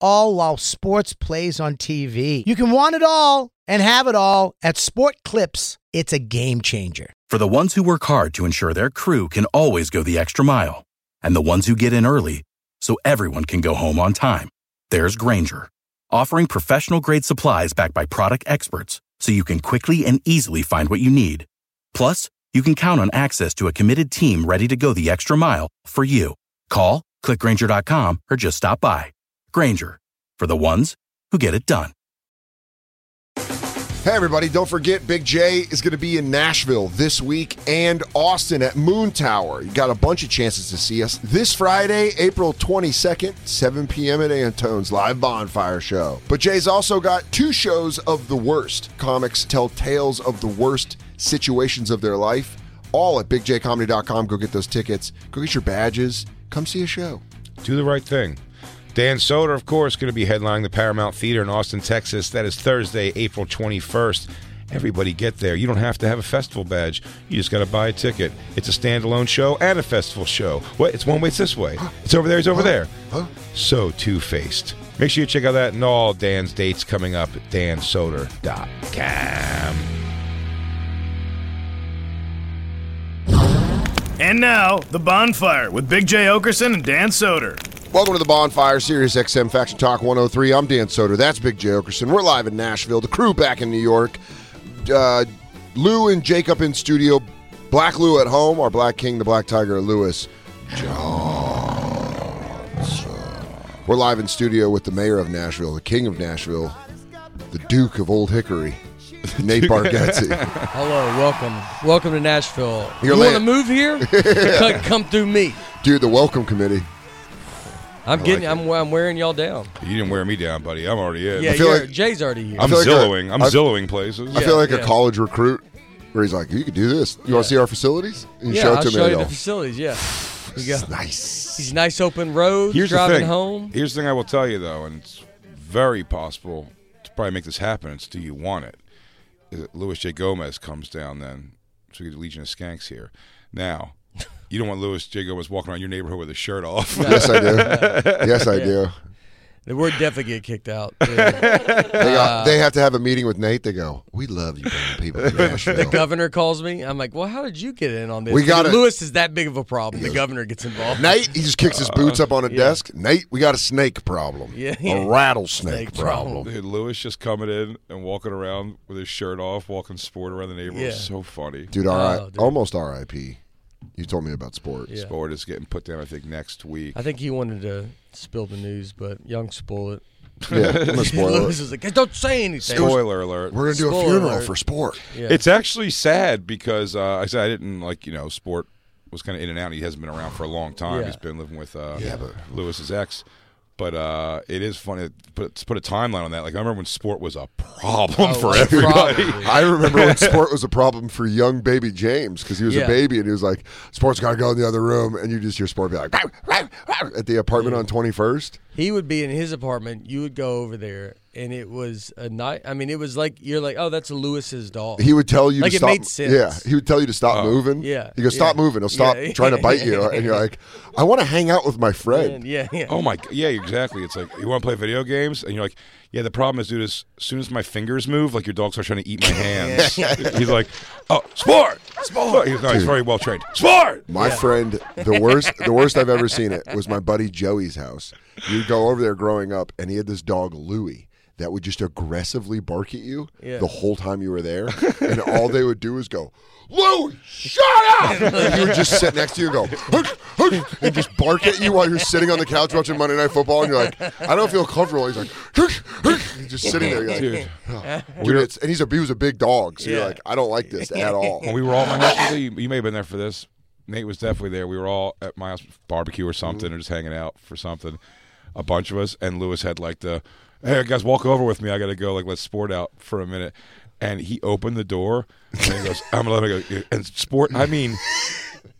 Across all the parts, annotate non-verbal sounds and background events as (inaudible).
all while sports plays on TV. You can want it all and have it all at Sport Clips. It's a game changer. For the ones who work hard to ensure their crew can always go the extra mile, and the ones who get in early so everyone can go home on time, there's Granger, offering professional grade supplies backed by product experts so you can quickly and easily find what you need. Plus, you can count on access to a committed team ready to go the extra mile for you. Call, clickgranger.com, or just stop by. Granger, for the ones who get it done. Hey, everybody, don't forget Big J is going to be in Nashville this week and Austin at Moon Tower. You got a bunch of chances to see us this Friday, April 22nd, 7 p.m. at Antone's live bonfire show. But Jay's also got two shows of the worst. Comics tell tales of the worst situations of their life, all at bigjcomedy.com. Go get those tickets, go get your badges, come see a show. Do the right thing. Dan Soder, of course, going to be headlining the Paramount Theater in Austin, Texas. That is Thursday, April 21st. Everybody get there. You don't have to have a festival badge. You just got to buy a ticket. It's a standalone show and a festival show. What? It's one way, it's this way. It's over there, it's over there. So two faced. Make sure you check out that and all Dan's dates coming up at dansoder.com. And now, The Bonfire with Big J. Okerson and Dan Soder. Welcome to the Bonfire Series XM Faction Talk 103. I'm Dan Soder. That's Big J. Okerson. We're live in Nashville. The crew back in New York. Uh, Lou and Jacob in studio. Black Lou at home. Our Black King, the Black Tiger, Lewis. Johnson. We're live in studio with the mayor of Nashville, the king of Nashville, the Duke of Old (laughs) Hickory, Nate Bargatze. Hello, welcome, welcome to Nashville. You're you want late. to move (laughs) here? Come- Come through me. Dude, the welcome committee. I'm getting, like I'm, I'm wearing y'all down. You didn't wear me down, buddy. I'm already in. Yeah, feel you're- like- Jay's already here. I'm feel like a- zillowing. I'm I- zillowing places. I feel like a yeah. college recruit where he's like, you could do this. You want to see our facilities? And you yeah, show it I'll to me. show you and the go, facilities. Yeah, Here you go. nice. These nice open roads, driving home. Here's the thing I will tell you though, and it's very possible to probably make this happen. It's do you want it? Is it Louis J. Gomez comes down then, so we get a legion of skanks here. Now, you don't want Louis J. Gomez walking around your neighborhood with his shirt (laughs) off. (laughs) Yes, I do. Yes, I do. The word definitely get kicked out. Yeah. They, got, Uh, they have to have a meeting with Nate. They go, "We love you, brown people." in (laughs) (laughs) the Nashville." governor calls me. I'm like, well, how did you get in on this? We Because gotta- Lewis is that big of a problem. The governor gets involved. Nate, he just kicks his boots up on a desk. Nate, we got a snake problem. Yeah. a rattlesnake Snake problem. problem. Dude, Louis just coming in and walking around with his shirt off, walking sport around the neighborhood. Yeah. So funny. Dude, all right, Oh, dude. almost R.I.P. You told me about sports. Yeah. Sport is getting put down, I think, next week. I think he wanted to spill the news, but Young spoil it. (laughs) Yeah, I'm gonna spoil Lewis it. was like, "Hey, don't say anything. Spoiler alert. We're gonna do a Spoiler funeral alert. for (laughs) sport. Yeah. It's actually sad because uh, I said I didn't like you know sport was kind of in and out. He hasn't been around for a long time. Yeah. He's been living with uh, Yeah, but- Lewis's ex. But uh, it is funny to put, to put a timeline on that. Like I remember when sport was a problem Oh, (laughs) for it's a everybody. problem. (laughs) I remember when sport was a problem for young baby James because he was a Yeah. baby and he was like, "Sport's got to go in the other room," and you just hear sport be like, "Row, row, row," at the apartment on Twenty First. He would be in his apartment. You would go over there, and it was a night. I mean, it was like you're like, oh, that's Lewis's dog. He would tell you Like, to it stop. made sense. Uh, Yeah, he would tell you to stop moving. Yeah, he goes, "Stop yeah. moving." He'll stop Yeah. trying to bite (laughs) you, and you're like, "I want to hang out with my friend." yeah, yeah. Oh my, g- yeah, exactly. It's like you want to play video games, and you're like, yeah. The problem is, dude, is as soon as my fingers move, like your dog starts trying to (laughs) eat my hands. He's like, oh, sport, sport. He's, no, he's very well trained. Sport. My friend, the worst, the worst I've ever seen it was my buddy Joey's house. You'd go over there growing up, and he had this dog Louie that would just aggressively bark at you Yeah. the whole time you were there, and all they would do is go, "Louie, shut up!" and you would just sit next to you and go, "Hush, hush," and just bark at you while you're sitting on the couch watching Monday Night Football, and you're like, "I don't feel comfortable." He's like, "Hush, hush," and just sitting there, you're like, Dude. "Oh." Dude, it's, and he's a he was a big dog, so you're Yeah. like, "I don't like this at (laughs) all." when we were all at my house, Lizzie, you, you may have been there for Mm-hmm. this. Nate was definitely there. We were all at my house barbecue or something, or just hanging out for something. a bunch of us, and Lewis had like the, hey guys, walk over with me. I gotta go. Like let's sport out for a minute. And he opened the door and he goes, I'm gonna let me go. And sport, (laughs) I mean,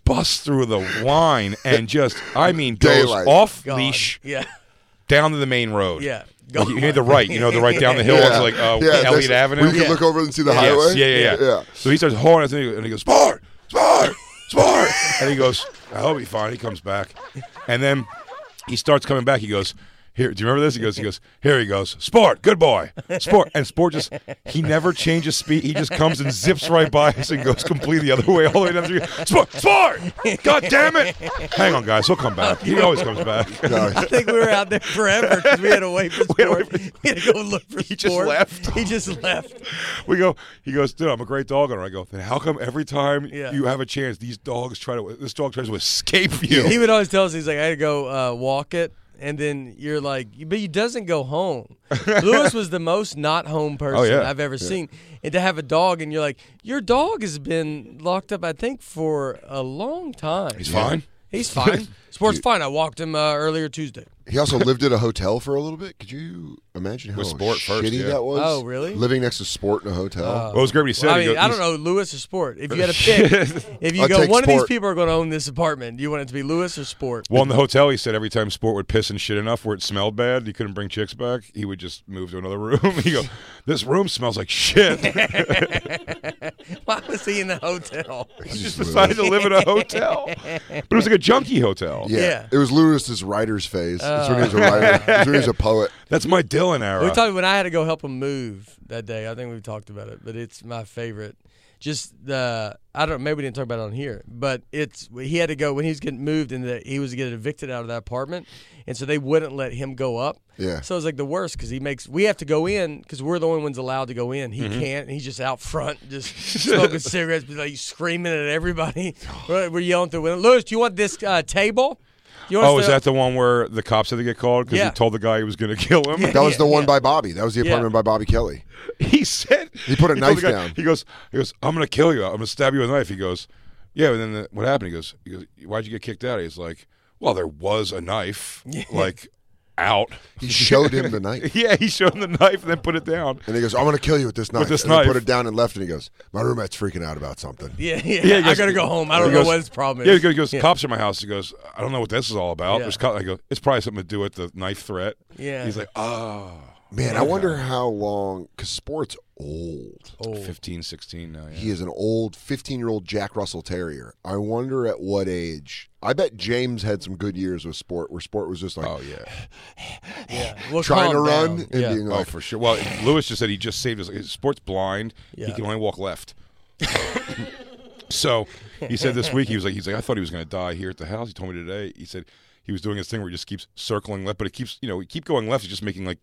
bust through the wine and just, I mean, goes Daylight. off Gone. leash Yeah. down to the main road. Yeah. Like, you hear the right, you know, the right down (laughs) the hill, it's like uh, that's- Elliott Avenue. We can look over and see the highway. Yes, yeah, yeah, yeah, So he starts hollering at me, and he goes, "Sport, sport, sport!" and he goes, "I hope he's fine." He comes back, and then he starts coming back. He goes, "Here, do you remember this?" He goes, "He goes, here he goes, sport, good boy, sport." And sport just he never changes speed. He just comes and zips right by us and goes completely the other way, all the way down the street. Sport, sport! God damn it! Hang on, guys, he'll come back. He always comes back. I think we were out there forever because we had to wait for (laughs) We had to wait sport. We had to go look for He just sport. left. He just left. (laughs) We go. He goes, dude. I'm a great dog owner. I go. Then how come every time Yeah. you have a chance, these dogs try to this dog tries to (laughs) escape you? He would always tell us, he's like, I had to go uh, walk it. And then you're like, but he doesn't (laughs) go home. Lewis was the most not home person Oh, yeah. I've ever seen. And to have a dog, and you're like, your dog has been locked up, I think, for a long time. He's fine. He's (laughs) fine. Sport's fine. I walked him uh, earlier Tuesday. He also lived at a hotel for a little bit. Could you imagine how With Sport shitty first, yeah. that was? Oh, really? Oh. Living next to Sport in a hotel. What was great? What he said. I he mean, goes- I don't know, Lewis or Sport. If (laughs) you had to pick, if you I'll go, take one of these Sport. people are going to own this apartment. Do you want it to be Lewis or Sport? Well, in the hotel, he said every time Sport would piss and shit enough where it smelled bad, he couldn't bring chicks back. He would just move to another room. (laughs) he go, this room smells like shit. (laughs) (laughs) Why was he in the (laughs) hotel? he just decided to live in a hotel, but it was like a junkie hotel. yeah. yeah. Oh. It was Lewis's writer's phase. That's when he was a writer. That's when he was a (laughs) poet. That's my Dylan era. We talked when I had to go help him move that day. I think we talked about it, but it's my favorite. Just the I don't maybe we didn't talk about it on here, but it's he had to go when he was getting moved and the, he was getting evicted out of that apartment, and so they wouldn't let him go up. Yeah. So it was like the worst because he makes we have to go in because we're the only ones allowed to go in. He Mm-hmm. can't. He's just out front, just smoking (laughs) cigarettes, but like screaming (laughs) at everybody. we're, we're yelling through the window. Lewis, do you want this uh, table? You want oh, us is to-" that the one where the cops had to get called because Yeah. he told the guy he was going to kill him? That was the one by Bobby. That was the Yeah. apartment by Bobby Kelly. (laughs) he said He put a told knife the down. He goes, he goes, I'm gonna kill you. I'm gonna stab you with a knife. He goes, yeah. And then the, what happened? He goes, he goes, why'd you get kicked out? He's like, well, there was a knife, (laughs) like out. (laughs) He showed him the knife. Yeah, he showed him the knife and then put it down. And he goes, I'm going to kill you with this knife. this and he knife. put it down and left, and he goes, My roommate's freaking out about something. (laughs) Yeah, yeah. Yeah, he I goes- gotta go home. I don't he know goes- what his problem is. Yeah, he goes, he goes, cops are in my house. He goes, I don't know what this is all about. Yeah. There's co-" I go, it's probably something to do with the knife threat. Yeah. He's like, oh, Man, I wonder how long, because sport's old. Oh. 15, 16 now. Yeah. He is an old 15 year old Jack Russell Terrier. I wonder at what age. I bet James had some good years with sport where sport was just like Oh yeah, (laughs) Well, trying to calm run down. and Yeah. being oh like, for sure. Well, Lewis just said he just saved his, his sports blind. He Yeah. can only walk left. (coughs) So he said this week he was like he's like I thought he was going to die here at the house. He told me today. He said he was doing this thing where he just keeps circling left, but it keeps you know you keep going left. It's just making like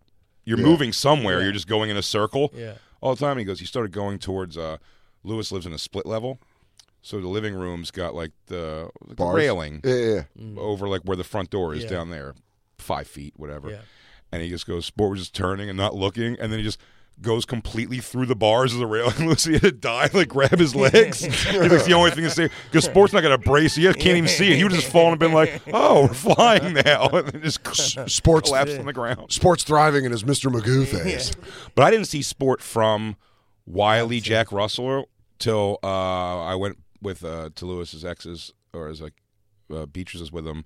you're moving somewhere. You're just going in a circle Yeah. all the time. He goes. He started going towards. uh Lewis lives in a split level, so the living room's got like the, like the Bars? railing yeah, yeah. over like where the front door is Mm. Yeah. down there, five feet, whatever. Yeah. And he just goes, Sport was just turning and not looking. And then he just goes completely through the bars of the rail. (laughs) And Lucy had to dive, like grab (laughs) his legs. It's like the only thing to say, because Sport's not got a brace. He can't even see it. He would have just fallen and been like, oh, we're (laughs) flying now. (laughs) And then just Sport's- collapsed on the ground. sport's thriving in his Mr. Magoo (laughs) phase. But I didn't see Sport from Wiley Jack Russell till uh, I went with uh, to Lewis's exes or as like uh, Beatrice was with him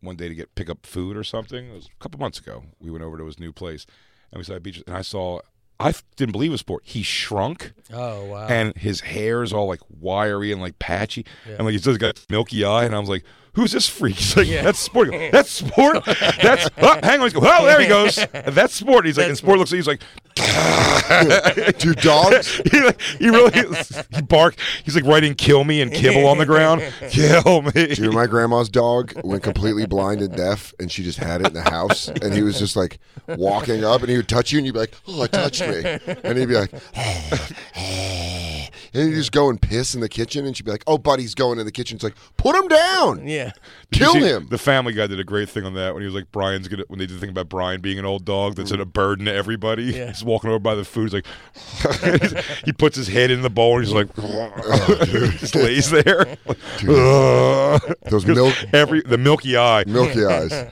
one day to get pick up food or something. It was a couple months ago. We went over to his new place and we saw Beatrice and I saw. I f- didn't believe it was Sport. He shrunk Oh wow. and his hair is all like wiry and like patchy, and like he's just got milky eye. And I was like, "Who's this freak?" (laughs) He's like, "That's sport. He goes, That's sport. That's oh, hang on." He's going, "Oh, there he goes. That's sport." He's like, and sport looks. He's like, Two dogs? (laughs) he, like, he really he bark. He's like writing "kill me" and kibble on the ground. (laughs) Kill me. Dude, my grandma's dog went completely blind and deaf, and she just had it in the house. And he was just like walking up, and he would touch you, and you'd be like, "Oh, it touched me," and he'd be like, "Ah, and he'd just go and piss in the kitchen, and she'd be like, "Oh, buddy's going in the kitchen." It's like, "Put him down, yeah. You kill see, him." The Family Guy did a great thing on that when he was like, "Brian's gonna." When they did the thing about Brian being an old dog that's a burden to everybody. He's walking over by the food. He's like, (laughs) he puts his head in the bowl and he's like, (laughs) just lays there. (laughs) Ugh. Those milk, Every the milky eye. milky eyes.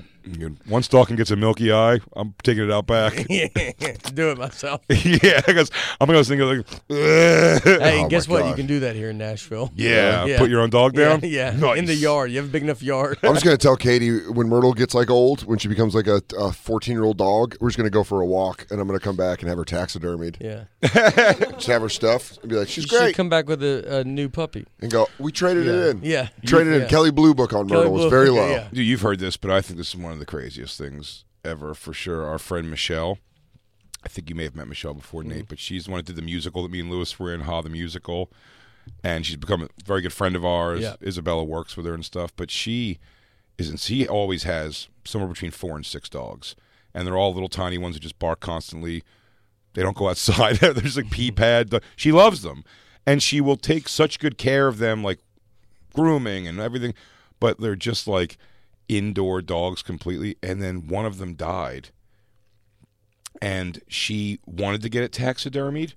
Once Dawkins gets a milky eye, I'm taking it out back. (laughs) (laughs) do it myself. yeah, because I'm gonna sing it like. (laughs) Hey, Oh, guess my what? You gosh. can do that here in Nashville. (laughs) Yeah, put your own dog down? Yeah, yeah. in Nice. the yard. You have a big enough yard. I'm just gonna tell Katie when Myrtle gets like old, when she becomes like a, a 14 year old dog, we're just gonna go for a walk, and I'm gonna come back and have her taxidermied, (laughs) yeah, just have her stuff, and be like, she's you should great, come back with a, a new puppy. and go. We traded Yeah. it in. Yeah. traded Yeah. in. Kelly Blue Book on Kelly Myrtle was Blue- very okay, low. yeah. Dude, you've heard this, but I think this is one of the craziest things ever for sure. Our friend Michelle, I think you may have met Michelle before, Mm-hmm. Nate, but she's the one that did the musical that me and Lewis were in, Ha the Musical. And she's become a very good friend of ours. Yeah. Isabella works with her and stuff, but she isn't. She always has somewhere between four and six dogs, and they're all little tiny ones that just bark constantly. They don't go outside. (laughs) They're just like (laughs) pee pad. She loves them, and she will take such good care of them, like grooming and everything, but they're just like indoor dogs completely. And then one of them died, and she wanted to get it taxidermied,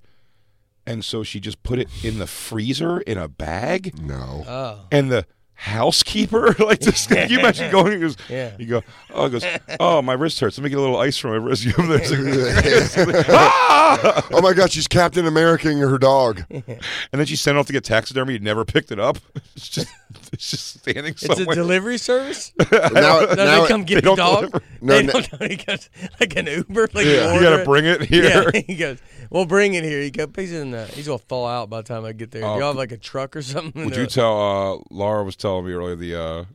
and so she just put it in the freezer in a bag No, Oh, and the housekeeper (laughs) like just can you imagine going he goes, Yeah. you go oh it goes oh my wrist hurts let me get a little ice from my wrist (laughs) you know, there's like, ah! oh my God, she's Captain Americaing her dog. (laughs) and then she sent off to get taxidermy you never picked it up (laughs) it's just it's just standing it's somewhere a (laughs) delivery service. Now, No, now they come they get the don't dog. deliver. No, (laughs) they no- don't, he goes, like an Uber. Like Yeah. you, you order gotta it. bring it here (laughs) Yeah, he goes. Well, bring it here. He goes. He's in. The, he's gonna fall out by the time I get there. Do Oh, Y'all have like a truck or something. would They're you like, tell uh laura was telling me earlier the uh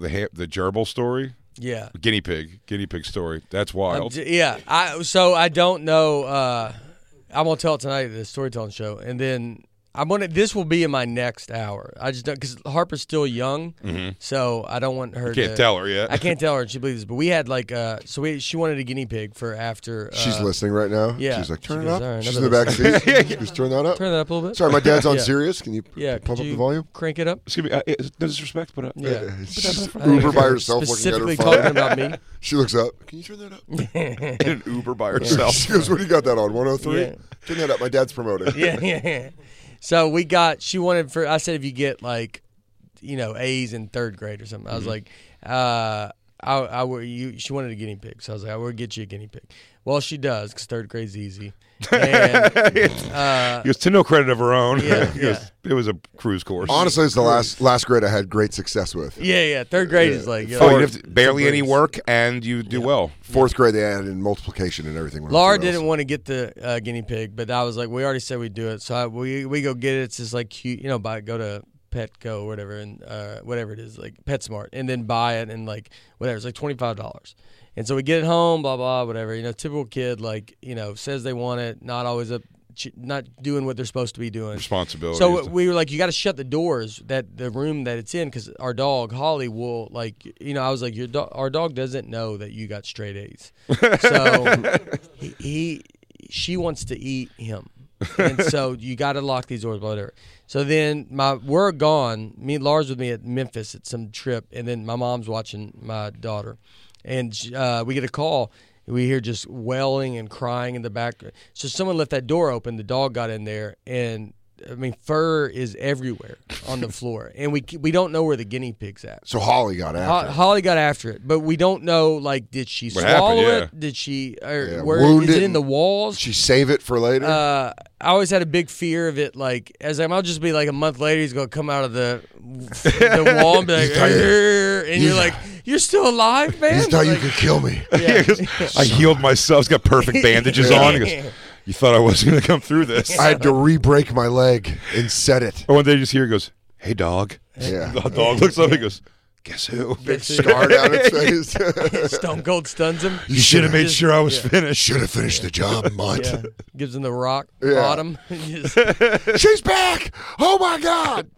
the ha- the gerbil story yeah. guinea pig guinea pig story that's I'm wild Uh, j- yeah. I so I don't know. Uh, I'm gonna tell it tonight at the storytelling show, and then I'm gonna. This will be in my next hour. I just don't because Harper's still young, so I don't want her. Mm-hmm. can't to, tell her yet I can't tell her, and she believes. it, But we had like, uh, so we she wanted a guinea pig for after. Uh, She's listening right now. yeah. she's like, She turn it goes, up. "All right, she's in the another back (laughs) seat. Just turn that up. Turn that up a little bit. Sorry, my (laughs) dad's on Yeah. Serious. Can you p- Yeah, pump could up the you (laughs) volume? Crank it up. excuse me uh, it's- no disrespect but uh, Yeah. It's just I Uber think by (laughs) you're herself looking at her Specifically phone. talking about me. (laughs) She looks up. Can you turn that up? in an uber by (laughs) herself She goes, "What do you got that on? 103? Yeah. Turn that up. My dad's promoting." (laughs) yeah, yeah, yeah. So we got. She wanted for. I said if you get like, you know, A's in third grade or something. I was like, uh, I, I were you. She wanted a guinea pig, so I was like, I will get you a guinea pig. Well, she does because third grade's easy. And, He goes to no credit of her own. Uh, Yeah, He goes, (laughs) It was a cruise course. Honestly, it's the last last grade I had great success with. yeah, yeah. Third grade is like. you're Oh, you like- have to- barely any work, and you do well. Fourth grade, they added in multiplication and everything. when I was Laura little. didn't want to get the uh, guinea pig, but I was like, we already said we'd do it, so I, we we go get it. It's just like cute, you know, buy go to Petco or whatever and uh, whatever it is, like PetSmart, and then buy it and like whatever. It's like twenty five dollars, and so we get it home, blah blah, whatever. You know, typical kid, like you know, says they want it, not always up, ch- not doing what they're supposed to be doing. Responsibility. (laughs) So we were like, you got to shut the doors that the room that it's in because our dog Holly will like, you know, I was like, your dog, our dog doesn't know that you got straight A's, so he, he, she wants to eat him, and so you got to lock these doors, whatever. So then my we're gone. Me and Lars with me at Memphis at some trip, and then my mom's watching my daughter, and uh, we get a call. We hear just wailing and crying in the back. So someone left that door open. The dog got in there, and I mean fur is everywhere on the floor, and we we don't know where the guinea pig's at. So Holly got Ho- after. it. Holly got after it, but we don't know. Like, did she What swallow happened, yeah. it? Did she? Or Yeah, where wound is it it in the and- walls? She save it for later. uh, I always had a big fear of it. Like, as I'm, I'll just be like a month later, he's gonna come out of the the wall and be like, "Arr," and you're like, "You're still alive, man." you thought you Like, could kill me. (laughs) He goes, I healed myself. He's got perfect bandages on. He (laughs) goes, you thought I wasn't going to come through this. I had to re-break my leg and set (laughs) it. Or one day you just hear, he goes, hey, dog. Yeah. The dog looks up and goes, guess (laughs) who? Big Scar down (laughs) its (laughs) face. Stone Cold stuns him. (laughs) You should have made sure I was finished. Should have finished the (laughs) job, mutt. Yeah. Gives him the rock Yeah. bottom. (laughs) Just- She's back. Oh my God.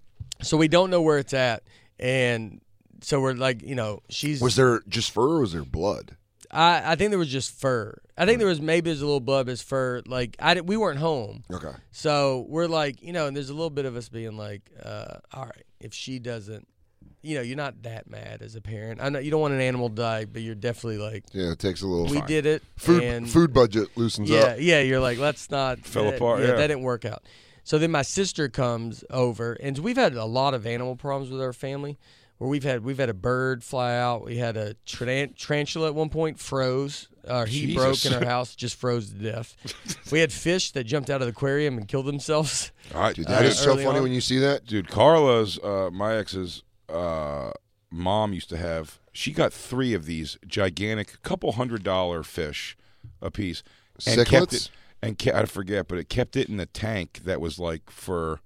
so we don't know where it's at, and so we're like, you know, she's Was there just fur or was there blood? I, I think there was just fur. I think there was maybe there's a little blub as fur. Like I di- we weren't home, Okay. so we're like you know, and there's a little bit of us being like, uh, all right, if she doesn't, you know, you're not that mad as a parent. I know you don't want an animal to die, but you're definitely like, Yeah, it takes a little. we did it. Food and food budget loosens yeah, up. yeah. You're like, let's not Fell that- apart, yeah. that didn't work out. So then my sister comes over, and we've had a lot of animal problems with our family. where we've had we've had a bird fly out. We had a tran- tarantula at one point froze. Uh, he broke Jesus. in our (laughs) house, just froze to death. we had fish that jumped out of the aquarium and killed (laughs) themselves. All right, Dude, that Uh, is so early funny on. when you see that. dude carla's uh, my ex's uh, mom used to have she got three of these gigantic couple hundred dollar fish a piece and Cichlids? kept it and ke- i forget but it kept it in a tank that was like for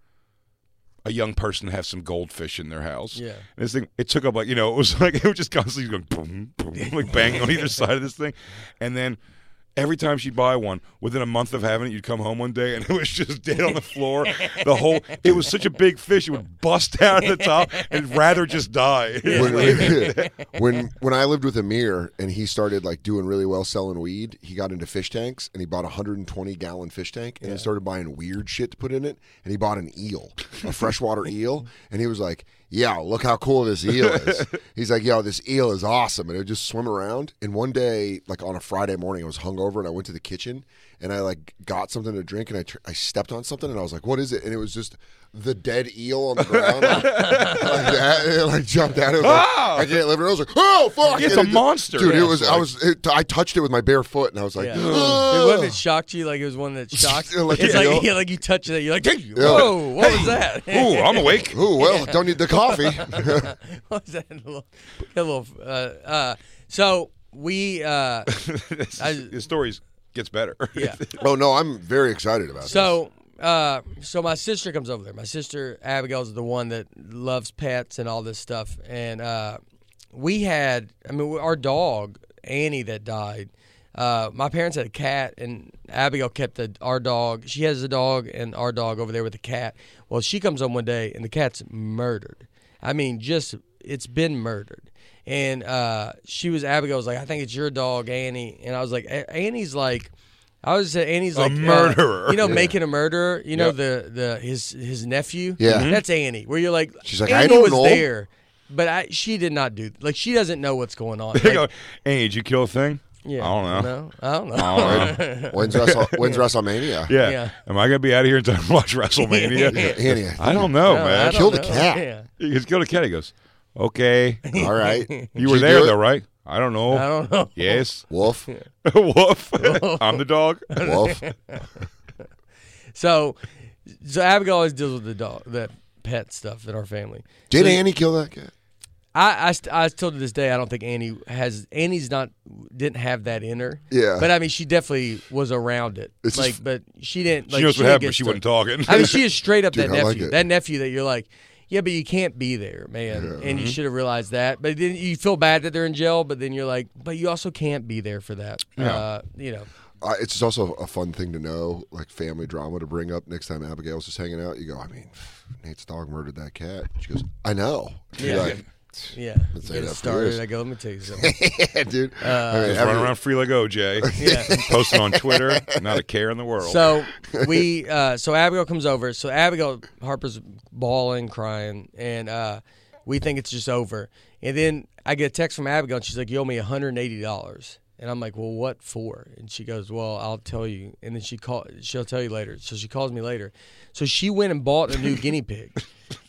a young person to have some goldfish in their house. Yeah. And this thing, it took up like, you know, (laughs) it was like, it was just constantly going boom, boom, like banging (laughs) on either side of this thing. And then every time she'd buy one, within a month of having it, you'd come home one day and (laughs) it was just dead on the floor. The whole, it was such a big fish, it would bust (laughs) out at the top and rather just (laughs) die. when, when, when when I lived with Amir and he started like doing really well selling weed, he got into fish tanks and he bought a 120 gallon fish tank and he started buying weird shit to put in it. And he bought an eel, a freshwater eel, and he was like, "Yo, look how cool this eel is." He's like, "Yo, this eel is awesome," and it would just swim around. And one day, like on a Friday morning, I was hungover and I went to the kitchen and I like got something to drink and I tr- I stepped on something and I was like, "What is it?" And it was just the dead eel on the ground, (laughs) like, like that, and it, like jumped out. It was like, Ah! I can't live it. I was like, "Oh fuck!" It's And a it just- monster. dude. Yeah, It was. it's I like- was. It, I touched it with my bare foot, and I was like, Yeah. "Ugh." It wasn't it shocked you like it was (laughs) one that shocked. Yeah, like it's a like deal. (laughs) yeah, like you touch it, you're like, whoa, what was that? (laughs) Ooh, I'm awake. "Ooh, well, don't need the coffee." (laughs) what was that? (laughs) A little, a little. Uh, uh, so we, uh, This I- is- the story gets better. (laughs) (laughs) yeah. oh no, I'm very excited about this. So, uh, so my sister comes over there. My sister Abigail's the one that loves pets and all this stuff. And uh, we had, I mean, our dog Annie that died. Uh, my parents had a cat, and Abigail kept the, our dog. She has a dog, and our dog over there with the cat. Well, she comes home one day, and the cat's murdered. I mean, just it's been murdered. And uh, she was Abigail was like, I think it's your dog, Annie. And I was like, "A- Annie's like, I was say Annie's like uh, murderer. you know, making a murderer. You know, the the his his nephew. Yeah. Mhm. that's Annie. Where you're like, She's like, Annie "I don't was know." there, but I she did not do like she doesn't know what's going (laughs) on. They Like, go, hey, did you kill a thing? yeah, I don't know. No, I don't know. I don't know. when's, Wrestle, when's WrestleMania? Yeah. Yeah. Am I going to be out of here in time to (laughs) (laughs) watch WrestleMania? Annie, (laughs) I don't know, No, man. (laughs) I don't Killed a know. cat. Yeah. He goes, go to Ken. He goes, (laughs) okay. all right. Did You were do there, it? though, right? I don't know. I don't know. (laughs) Oh. Yes. (laughs) Wolf, Woof. I'm the (laughs) dog. wolf. So, so Abigail always deals with the dog, that pet stuff in our family. Did So- Annie kill that cat? I, I, st- I still to this day I don't think Annie has Annie's not didn't have that in her. Yeah. But I mean she definitely was around it. It's like just- but she didn't She like knows what didn't happened, get but she stuck. wasn't talking. I mean she is straight up Dude, that I like nephew. it. that nephew that you're like, Yeah, but you can't be there, man. and you should have realized that. But then you feel bad that they're in jail, but then you're like, But you also can't be there for that. Uh, you know. Uh, it's just also a fun thing to know, like family drama to bring up next time Abigail's just hanging out. You go, I mean, (sighs) Nate's dog murdered that cat. She goes, I know. You're Yeah. like, Yeah. Let's say Get it that for years. started. I go, let me tell you something. yeah, dude. Uh, I mean, every- Just (laughs) running (laughs) around free like OJ. Yeah. (laughs) Posting on Twitter. Not a care in the world. (laughs) So we, uh, so Abigail comes over. So Abigail Harper's bawling, crying, and uh, we think it's just over. And then I get a text from Abigail, and she's like, "You owe me one hundred and eighty dollars." And I'm like, "Well, what for?" And she goes, "Well, I'll tell you." And then she call, she'll tell you later. So she calls me later. So she went and bought a (laughs) new guinea pig,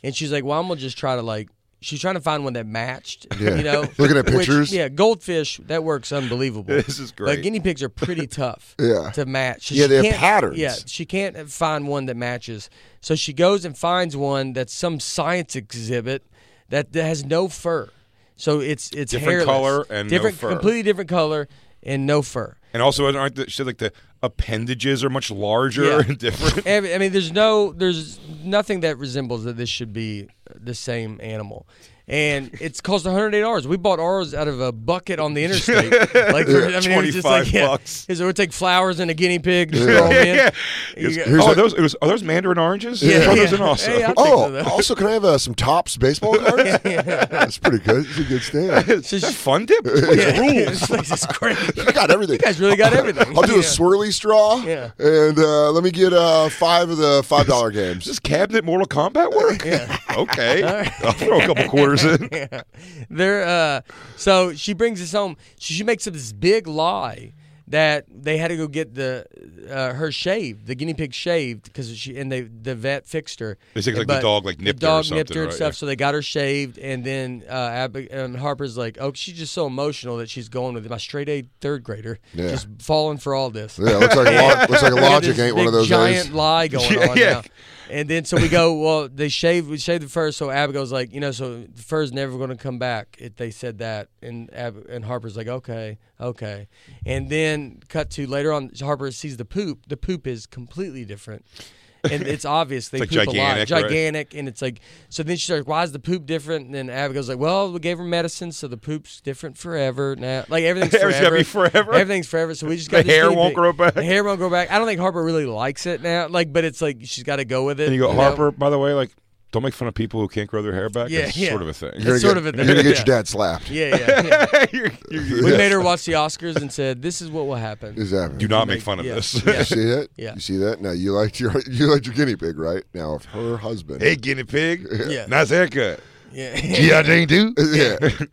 and she's like, "Well, I'm gonna just try to like." She's trying to find one that matched, Yeah. you know. (laughs) Looking at which- pictures. yeah, goldfish that (laughs) works unbelievable. This is But great. guinea pigs are pretty tough, Yeah. to match. So Yeah, she they have can't- patterns. Yeah, she can't find one that matches. So she goes and finds one that's some science exhibit that, that has no fur. So it's it's Different hairless. color and no different, fur. completely different color and no fur. and also, aren't the, she, like the appendages are much larger Yeah. (laughs) and different? (laughs) Every, I mean, there's no, there's nothing that resembles that. This should be the same animal, and it's cost 108 dollars. We bought ours out of a bucket on the (laughs) interstate. Like, for, I mean, it was just like, 25 yeah, bucks. it would take flowers and a guinea (laughs) pig. Just throw 'em in. Oh, You He goes, got- oh, are those, it was, are those mandarin oranges? Yeah, Throw those yeah. in also. Hey, I'll take some of Oh, those. also, can I have uh, some Topps (laughs) baseball cards? That's pretty good. It's a good stand. Is that fun (laughs) dip? What's the Yeah. rule? It's like, this is great. I got everything. You guys really got everything. I'll do (laughs) a Yeah. swirly straw, Yeah. and uh, let me get uh, five of the five dollar games. Does this cabinet Mortal Kombat work? Yeah. Okay. I'll throw a couple quarters (laughs) in. They're uh, so she brings this home. She, she makes up this big lie that they had to go get the uh, her shaved, the guinea pig shaved because she and they the vet fixed her. They think, like, the But dog, like, nipped her the or dog something, nipped her and right? stuff. Yeah. So they got her shaved, and then uh, Ab- and Harper's like, "Oh, she's just so emotional that she's going with my straight A third grader, Yeah. just falling for all this." Yeah, it looks (laughs) like lo- looks like We got logic this ain't one of big those giant days. lie going (laughs) Yeah, on yeah. now. And then so we go, well, they shaved we shaved the fur, so Abigail's like, you know, so the fur's never gonna come back if they said that. And Ab- and Harper's like, Okay, okay. And then cut to later on Harper sees the poop. The poop is completely different. And it's obvious they It's like poop gigantic, a lot. right? Gigantic and it's like so then she starts, Why is the poop different? And then Abigail's like, Well, we gave her medicine, so the poop's different forever now. (laughs) Like everything's It's gotta forever. be forever. Everything's forever. So we just got The this hair guinea won't pig- grow back. The hair won't grow back. I don't think Harper really likes it now. Like, but it's like she's got to go with it. And you go, know? Harper, by the way, like, don't make fun of people who can't grow their hair back. Yeah, That's yeah. sort of a (laughs) thing. (laughs) That's sort of a You're gonna thing, (laughs) get yeah. your dad slapped. Yeah, yeah. yeah. You're- you're- We made her watch the Oscars and said, "This is what will happen." Is happening. do not make fun of Yeah. this. You see that? (laughs) Yeah. You see that? Now you liked your (laughs) you liked your guinea pig, right? Now if her husband (laughs) hey, guinea pig. Yeah. Nice haircut. Yeah. (laughs) Yeah, they do. (laughs) Yeah. (laughs)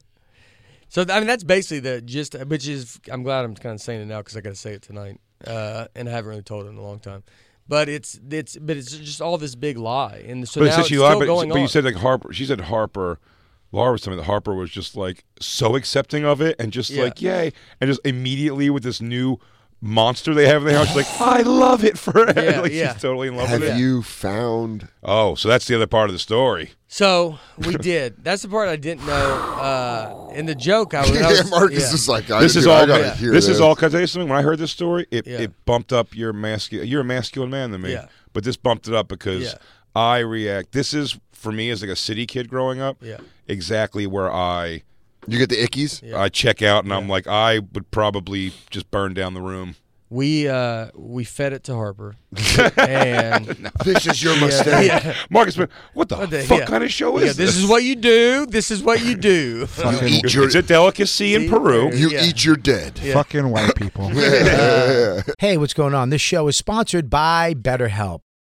So I mean, that's basically the gist. Which is, I'm glad I'm kind of saying it now because I got to say it tonight, uh, and I haven't really told it in a long time. But it's it's but it's just all this big lie, and so But now it's it's you still lied, but, going but on. you said like Harper. She said Harper. Laura was telling me that Harper was just like so accepting of it and just Yeah. like yay, and just immediately with this new monster they have in their house, she's (laughs) like I love it (laughs) forever. Yeah, like yeah. she's totally in love Have with it. you (laughs) found Oh, so that's the other part of the story. so (laughs) we did. That's the part I didn't know. Uh, and the joke I (laughs) was, (laughs) I Yeah, was Marcus yeah. is like I this do, is I all. gotta yeah. hear this is this. all. Can I tell you something? When I heard this story, it, Yeah. it bumped up your masculine. You're a masculine man than me, Yeah. but this bumped it up because Yeah. I react. This is for me as like a city kid growing up. Yeah. exactly where I You get the ickies? Yeah. I check out, and I'm like, I would probably just burn down the room. We uh we fed it to (laughs) Harper, and (laughs) This is your (laughs) yeah, mistake. Marcus, but what the, What the- fuck yeah. kind of show yeah, is this is what you do. This is what you do. (laughs) You eat your it's a delicacy in See? Peru. you Yeah. eat your dead. Yeah. Fucking white (laughs) people. Hey, what's going on? This show is sponsored by BetterHelp.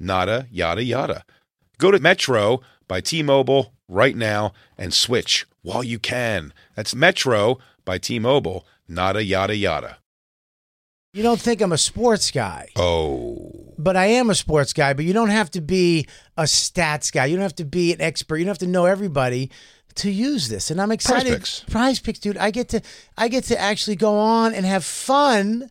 nada yada yada. Go to Metro by T Mobile right now and switch while you can. That's Metro by T Mobile, nada yada yada. You don't think I'm a sports guy, Oh. but I am a sports guy, but you don't have to be a stats guy. You don't have to be an expert. You don't have to know everybody to use this. And I'm excited. Picks. Prize picks, dude. I get to I get to actually go on and have fun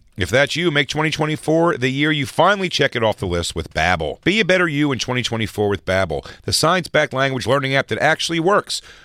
If that's you, make 2024 the year you finally check it off the list with Babbel. Be a better you in 2024 with Babbel, the science-backed language learning app that actually works.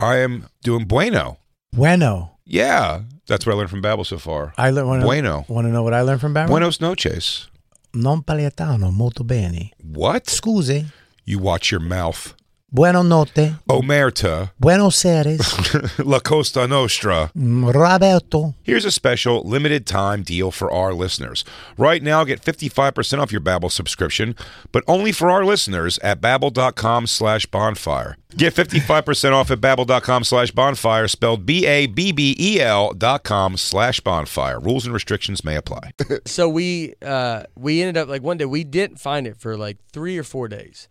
I am doing bueno. Bueno. Yeah, that's what I learned from Babbel so far. I learned Bueno. Want to know what I learned from Barry? Buenos noches. Non paliatano, molto bene. What? Scusi. You watch your mouth. Buenos notte. Omerta, Buenos Aires. La Costa Nostra. Roberto. Here's a special limited time deal for our listeners. Right now, get 55% off your Babbel subscription, but only for our listeners at babbel.com slash bonfire. Get 55% off at babbel.com slash bonfire, spelled B-A-B-B-E-L E dot com slash bonfire. Rules and restrictions may apply. so we uh, we ended up like one day we didn't find it for like three or four days,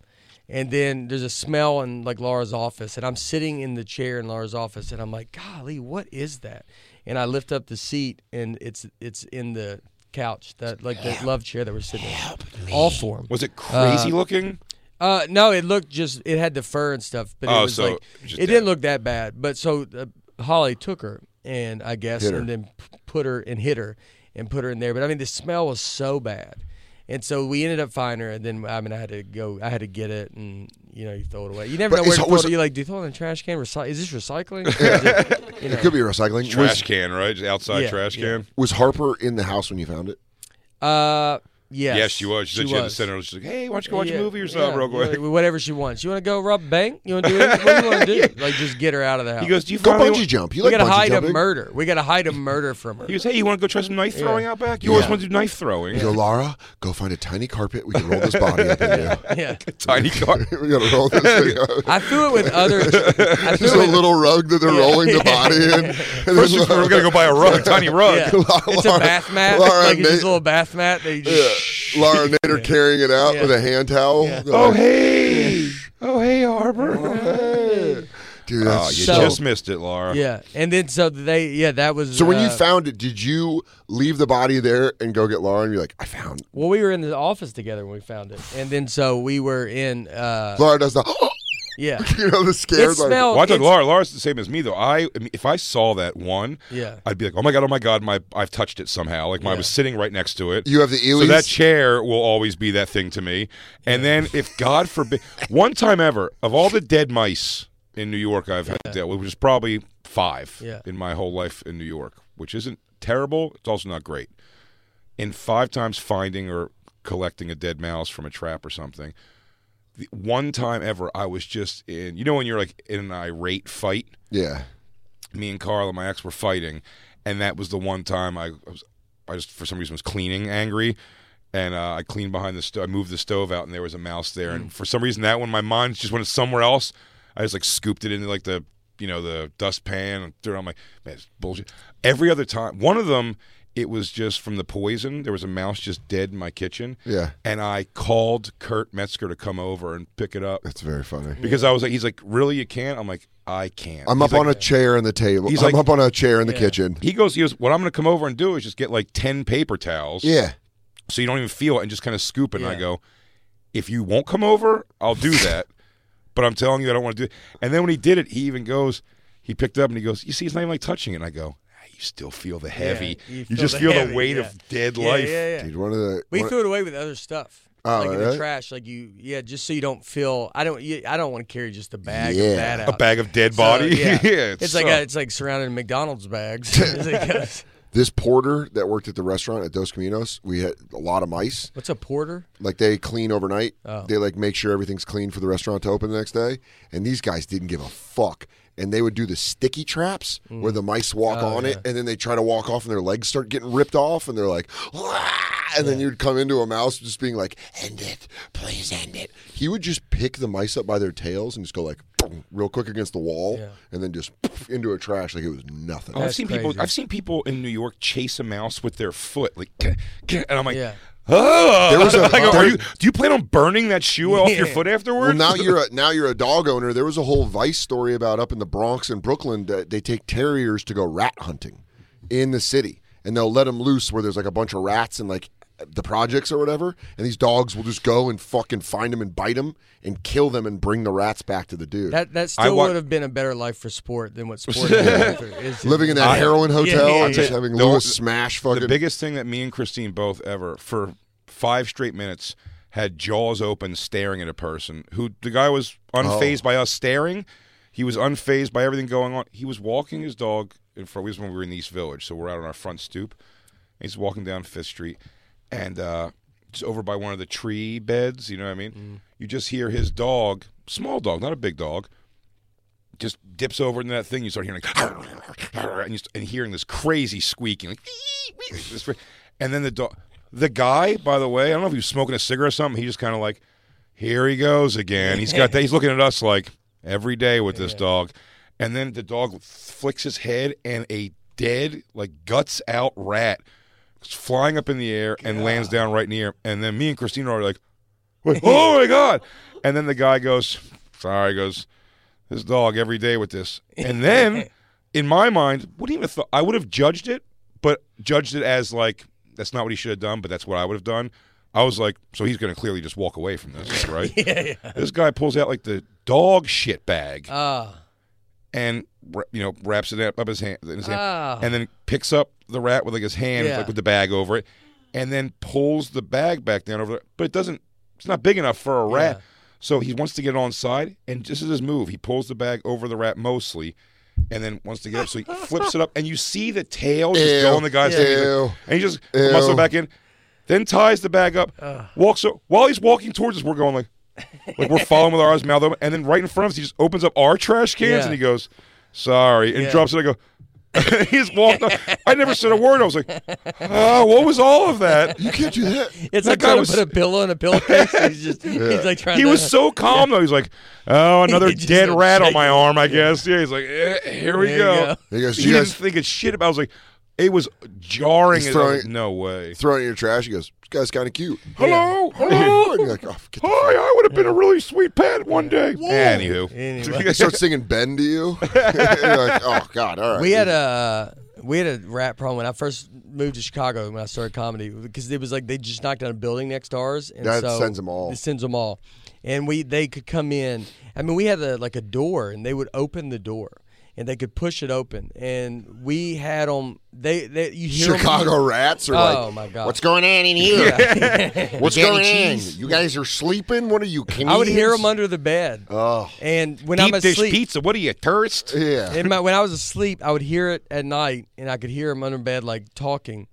and then there's a smell in like Laura's office, and I'm sitting in the chair in Laura's office, and I'm like, golly, what is that? And I lift up the seat, and it's it's in the couch that like the love chair that we're sitting in, all form. Was it crazy looking? Uh, no, it looked just it had the fur and stuff, but Oh, it was so like just it dead. didn't look that bad. But so uh, Holly took her and I guess Hit her. and then p- put her and hit her and put her in there. But I mean the smell was so bad, and so we ended up finding her. And then I mean I had to go, I had to get it, and you know you throw it away. You never But know where it's- to throw was it. it- You like do you throw it in the trash can? Recy- is (laughs) this recycling? Or is it, you know. It could be recycling. Trash Was, can, right? Outside Yeah, trash yeah. can? was Harper in the house when you found it? (laughs) Uh, yes. Yes, she was. She said she, had to was. send her. She's like, hey, why don't you go watch Yeah, a movie or yeah, something real yeah, quick? whatever she wants. You want to go rob a bank? You want to do anything? what do you want (laughs) to do? Like just get her out of the house. He goes, do you Go finally bungee wa- jump. You we like gotta bungee hide jumping? a murder. We gotta hide a murder (laughs) from her. He goes, hey, you want to go try some knife throwing out back? You always want to do knife throwing. Go, Lara, go find a tiny carpet. We can roll this body up in here. yeah, (laughs) Tiny car. (laughs) we gotta roll this thing up. I threw it with (laughs) other. I Just threw a it, little rug that they're rolling the body in. And then First, we're Lara- (laughs) going to go buy a rug, tiny rug. Yeah. It's a bath mat. Laura like it's made- just a little bath mat. That you just Lara Nader carrying it out with a hand towel. They're (laughs) Oh like, hey, oh hey, Arbor. Dude, that's Oh, you So- just missed it, Laura. yeah, and then so they yeah that was. So when you uh, found it, did you leave the body there and go get Laura? And you're like, I found. well, we were in the office together when we found it, and then so we were in. uh Laura does the. (gasps) (laughs) Yeah. you know, the scared. It smelled- Well, I thought It's- Laura. Laura's the same as me though. I, I mean, if I saw that one, Yeah. I'd be like, oh my god, oh my god, my I've touched it somehow. Like my, I Yeah. was sitting right next to it. You have the So Ely's? that chair will always be that thing to me. And then if God forbid, one time ever of all the dead mice in New York I've had to deal with, which is probably five Yeah. in my whole life in New York, which isn't terrible. It's also not great. In five times finding or collecting a dead mouse from a trap or something, the one time ever I was just in. You know when you're like in an irate fight yeah. me and Carl and my ex were fighting, and that was the one time I, I was, I just for some reason was cleaning angry, and uh, I cleaned behind the stove. I moved the stove out, and there was a mouse there, Mm. and for some reason that one my mind just went somewhere else. I just like scooped it into like the you know the dustpan and threw it. on my man, it's bullshit. Every other time, one of them. It was just from the poison. There was a mouse just dead in my kitchen. Yeah. And I called Kurt Metzger to come over and pick (laughs) it up That's very funny. because I was like, he's like, really, you can't? I'm like, I can't. I'm He's up like, on a chair in the table. He's I'm like- up on a chair in the kitchen. He goes, he goes, what I'm going to come over and do is just get like 10 paper towels. Yeah. So you don't even feel it and just kind of scoop it. And I Yeah. go, if you won't come over, I'll do (laughs) that. but I'm telling you, I don't want to do it. And then when he did it, he even goes, he picked up and he goes, you see, it's not even like touching it. And I go, "Ah, you still feel the heavy. you you feel just the feel the heavy, weight yeah. of dead Yeah, life. yeah, yeah. Dude, one of the. We one- threw it away with other stuff, Oh, like in really? the trash. Like you, yeah, just so you don't feel. I don't. You, I don't want to carry just a bag Yeah. of that A out. bag of dead So, body. (laughs) (laughs) yeah, it it's, like sucked. a, it's like surrounded in (laughs) McDonald's bags. uh, As it goes. this porter that worked at the restaurant at Dos Caminos, we had a lot of mice. What's a porter? Like they clean overnight. Oh. They like make sure everything's clean for the restaurant to open the next day. And these guys didn't give a fuck. And they would do the sticky traps Mm. where the mice walk Oh, on it and then they try to walk off and their legs start getting ripped off and they're like, "Ah!" and then you'd come into a mouse just being like, end it, please end it. He would just pick the mice up by their tails and just go like, boom, real quick against the wall Yeah. and then just poof, into a trash like it was nothing. Oh, I've That's seen crazy. people. I've seen people in New York chase a mouse with their foot, like, "Gah, gah," and I'm like, Yeah. oh. There was a- (laughs) Like, are there- you, do you plan on burning that shoe off your foot Well, afterwards? now you're a, now you're a dog owner. There was a whole Vice story about up in the Bronx and Brooklyn that they take terriers to go rat hunting in the city, and they'll let them loose where there's like a bunch of rats and like the projects or whatever, and these dogs will just go and fucking find them and bite them and kill them and bring the rats back to the dude. That that I still wa- would have been a better life for sport than what (laughs) sport is going through. It's- Living in that I- heroin hotel yeah, and just yeah. having The- Lewis smash fucking. the biggest thing that me and Christine both ever for five straight minutes had jaws open staring at a person who the guy was unfazed by us staring. He was unfazed by everything going on. He was walking his dog in front. It was when we were in East Village, so we're out on our front stoop. He's walking down Fifth Street, and uh, just over by one of the tree beds. You know what I mean? You just hear his dog, small dog, not a big dog, just dips over into that thing. You start hearing like, and, you st- and hearing this crazy squeaking, like, this- and then the dog, the guy, by the way, I don't know if he was smoking a cigarette or something. He just kind of like, here he goes again. He's got that. He's looking at us like every day with this dog, and then the dog flicks his head and a dead, like guts out rat. is Flying up in the air and lands down right near, and then me and Christina are like, Wait, oh my god! And then the guy goes, sorry, goes, this dog every day with this. And (laughs) then, in my mind, wouldn't even thought I would have judged it, but judged it as like that's not what he should have done, but that's what I would have done. I was like, so he's going to clearly just walk away from this, right? (laughs) yeah, yeah. This guy pulls out like the dog shit bag Ah, and wra- you know wraps it up up his hand, in his hand Ah. and then picks up the rat with like his hand Yeah. like with the bag over it and then pulls the bag back down over there but it doesn't it's not big enough for a rat Yeah. so he wants to get it on side and this is his move he pulls the bag over the rat mostly and then wants to get up (laughs) so he flips it up and you see the tail just Ew. go on the guy's head. He's like- Ew. and he just Ew. muscle back in then ties the bag up walks o- while he's walking towards us we're going like like we're following with our eyes mouth open and then right in front of us he just opens up our trash cans Yeah. and he goes sorry and Yeah. drops it i go (laughs) he just walked off. I never said a word. I was like, oh, what was all of that? you can't do that. (laughs) it's That like guy trying was- to put a pillow in a pillowcase. (laughs) he's just he's like trying. He to, was (laughs) so calm though. He's like, oh, another He just dead like rat on shaking. my arm, I guess. Yeah, he's like, eh, here we There you go. go. He goes, he "You didn't guys- think it's shit about. I was like, it was jarring. He's as I was throwing- like, no way. Throw it in your trash. He goes, "This guy's kind of cute." (laughs) Hello, Oh, (laughs) hello. and you're like, oh, get the fuck. Hi, I would have been a really sweet pet one day. Anywho, (laughs) (laughs) Anyway. He starts singing "Ben" to you. You're like, oh God! All right. We had a We had a rap problem when I first moved to Chicago when I started comedy because it was like they just knocked down a building next to ours. And That so sends 'em all. It sends them all, and we they could come in. I mean, we had a, like a door, and they would open the door, and they could push it open, and we had them. They, they you hear 'em- Chicago rats are like, Oh, my God. what's going on in here? (laughs) What's You got going any on? cheese? You guys are sleeping? What are you, comedians? I would hear them under the bed. Oh, and when I'm Deep dish asleep, Uh, pizza. What are you, tourist? Yeah. in my, when I was asleep, I would hear it at night, and I could hear him under bed like talking.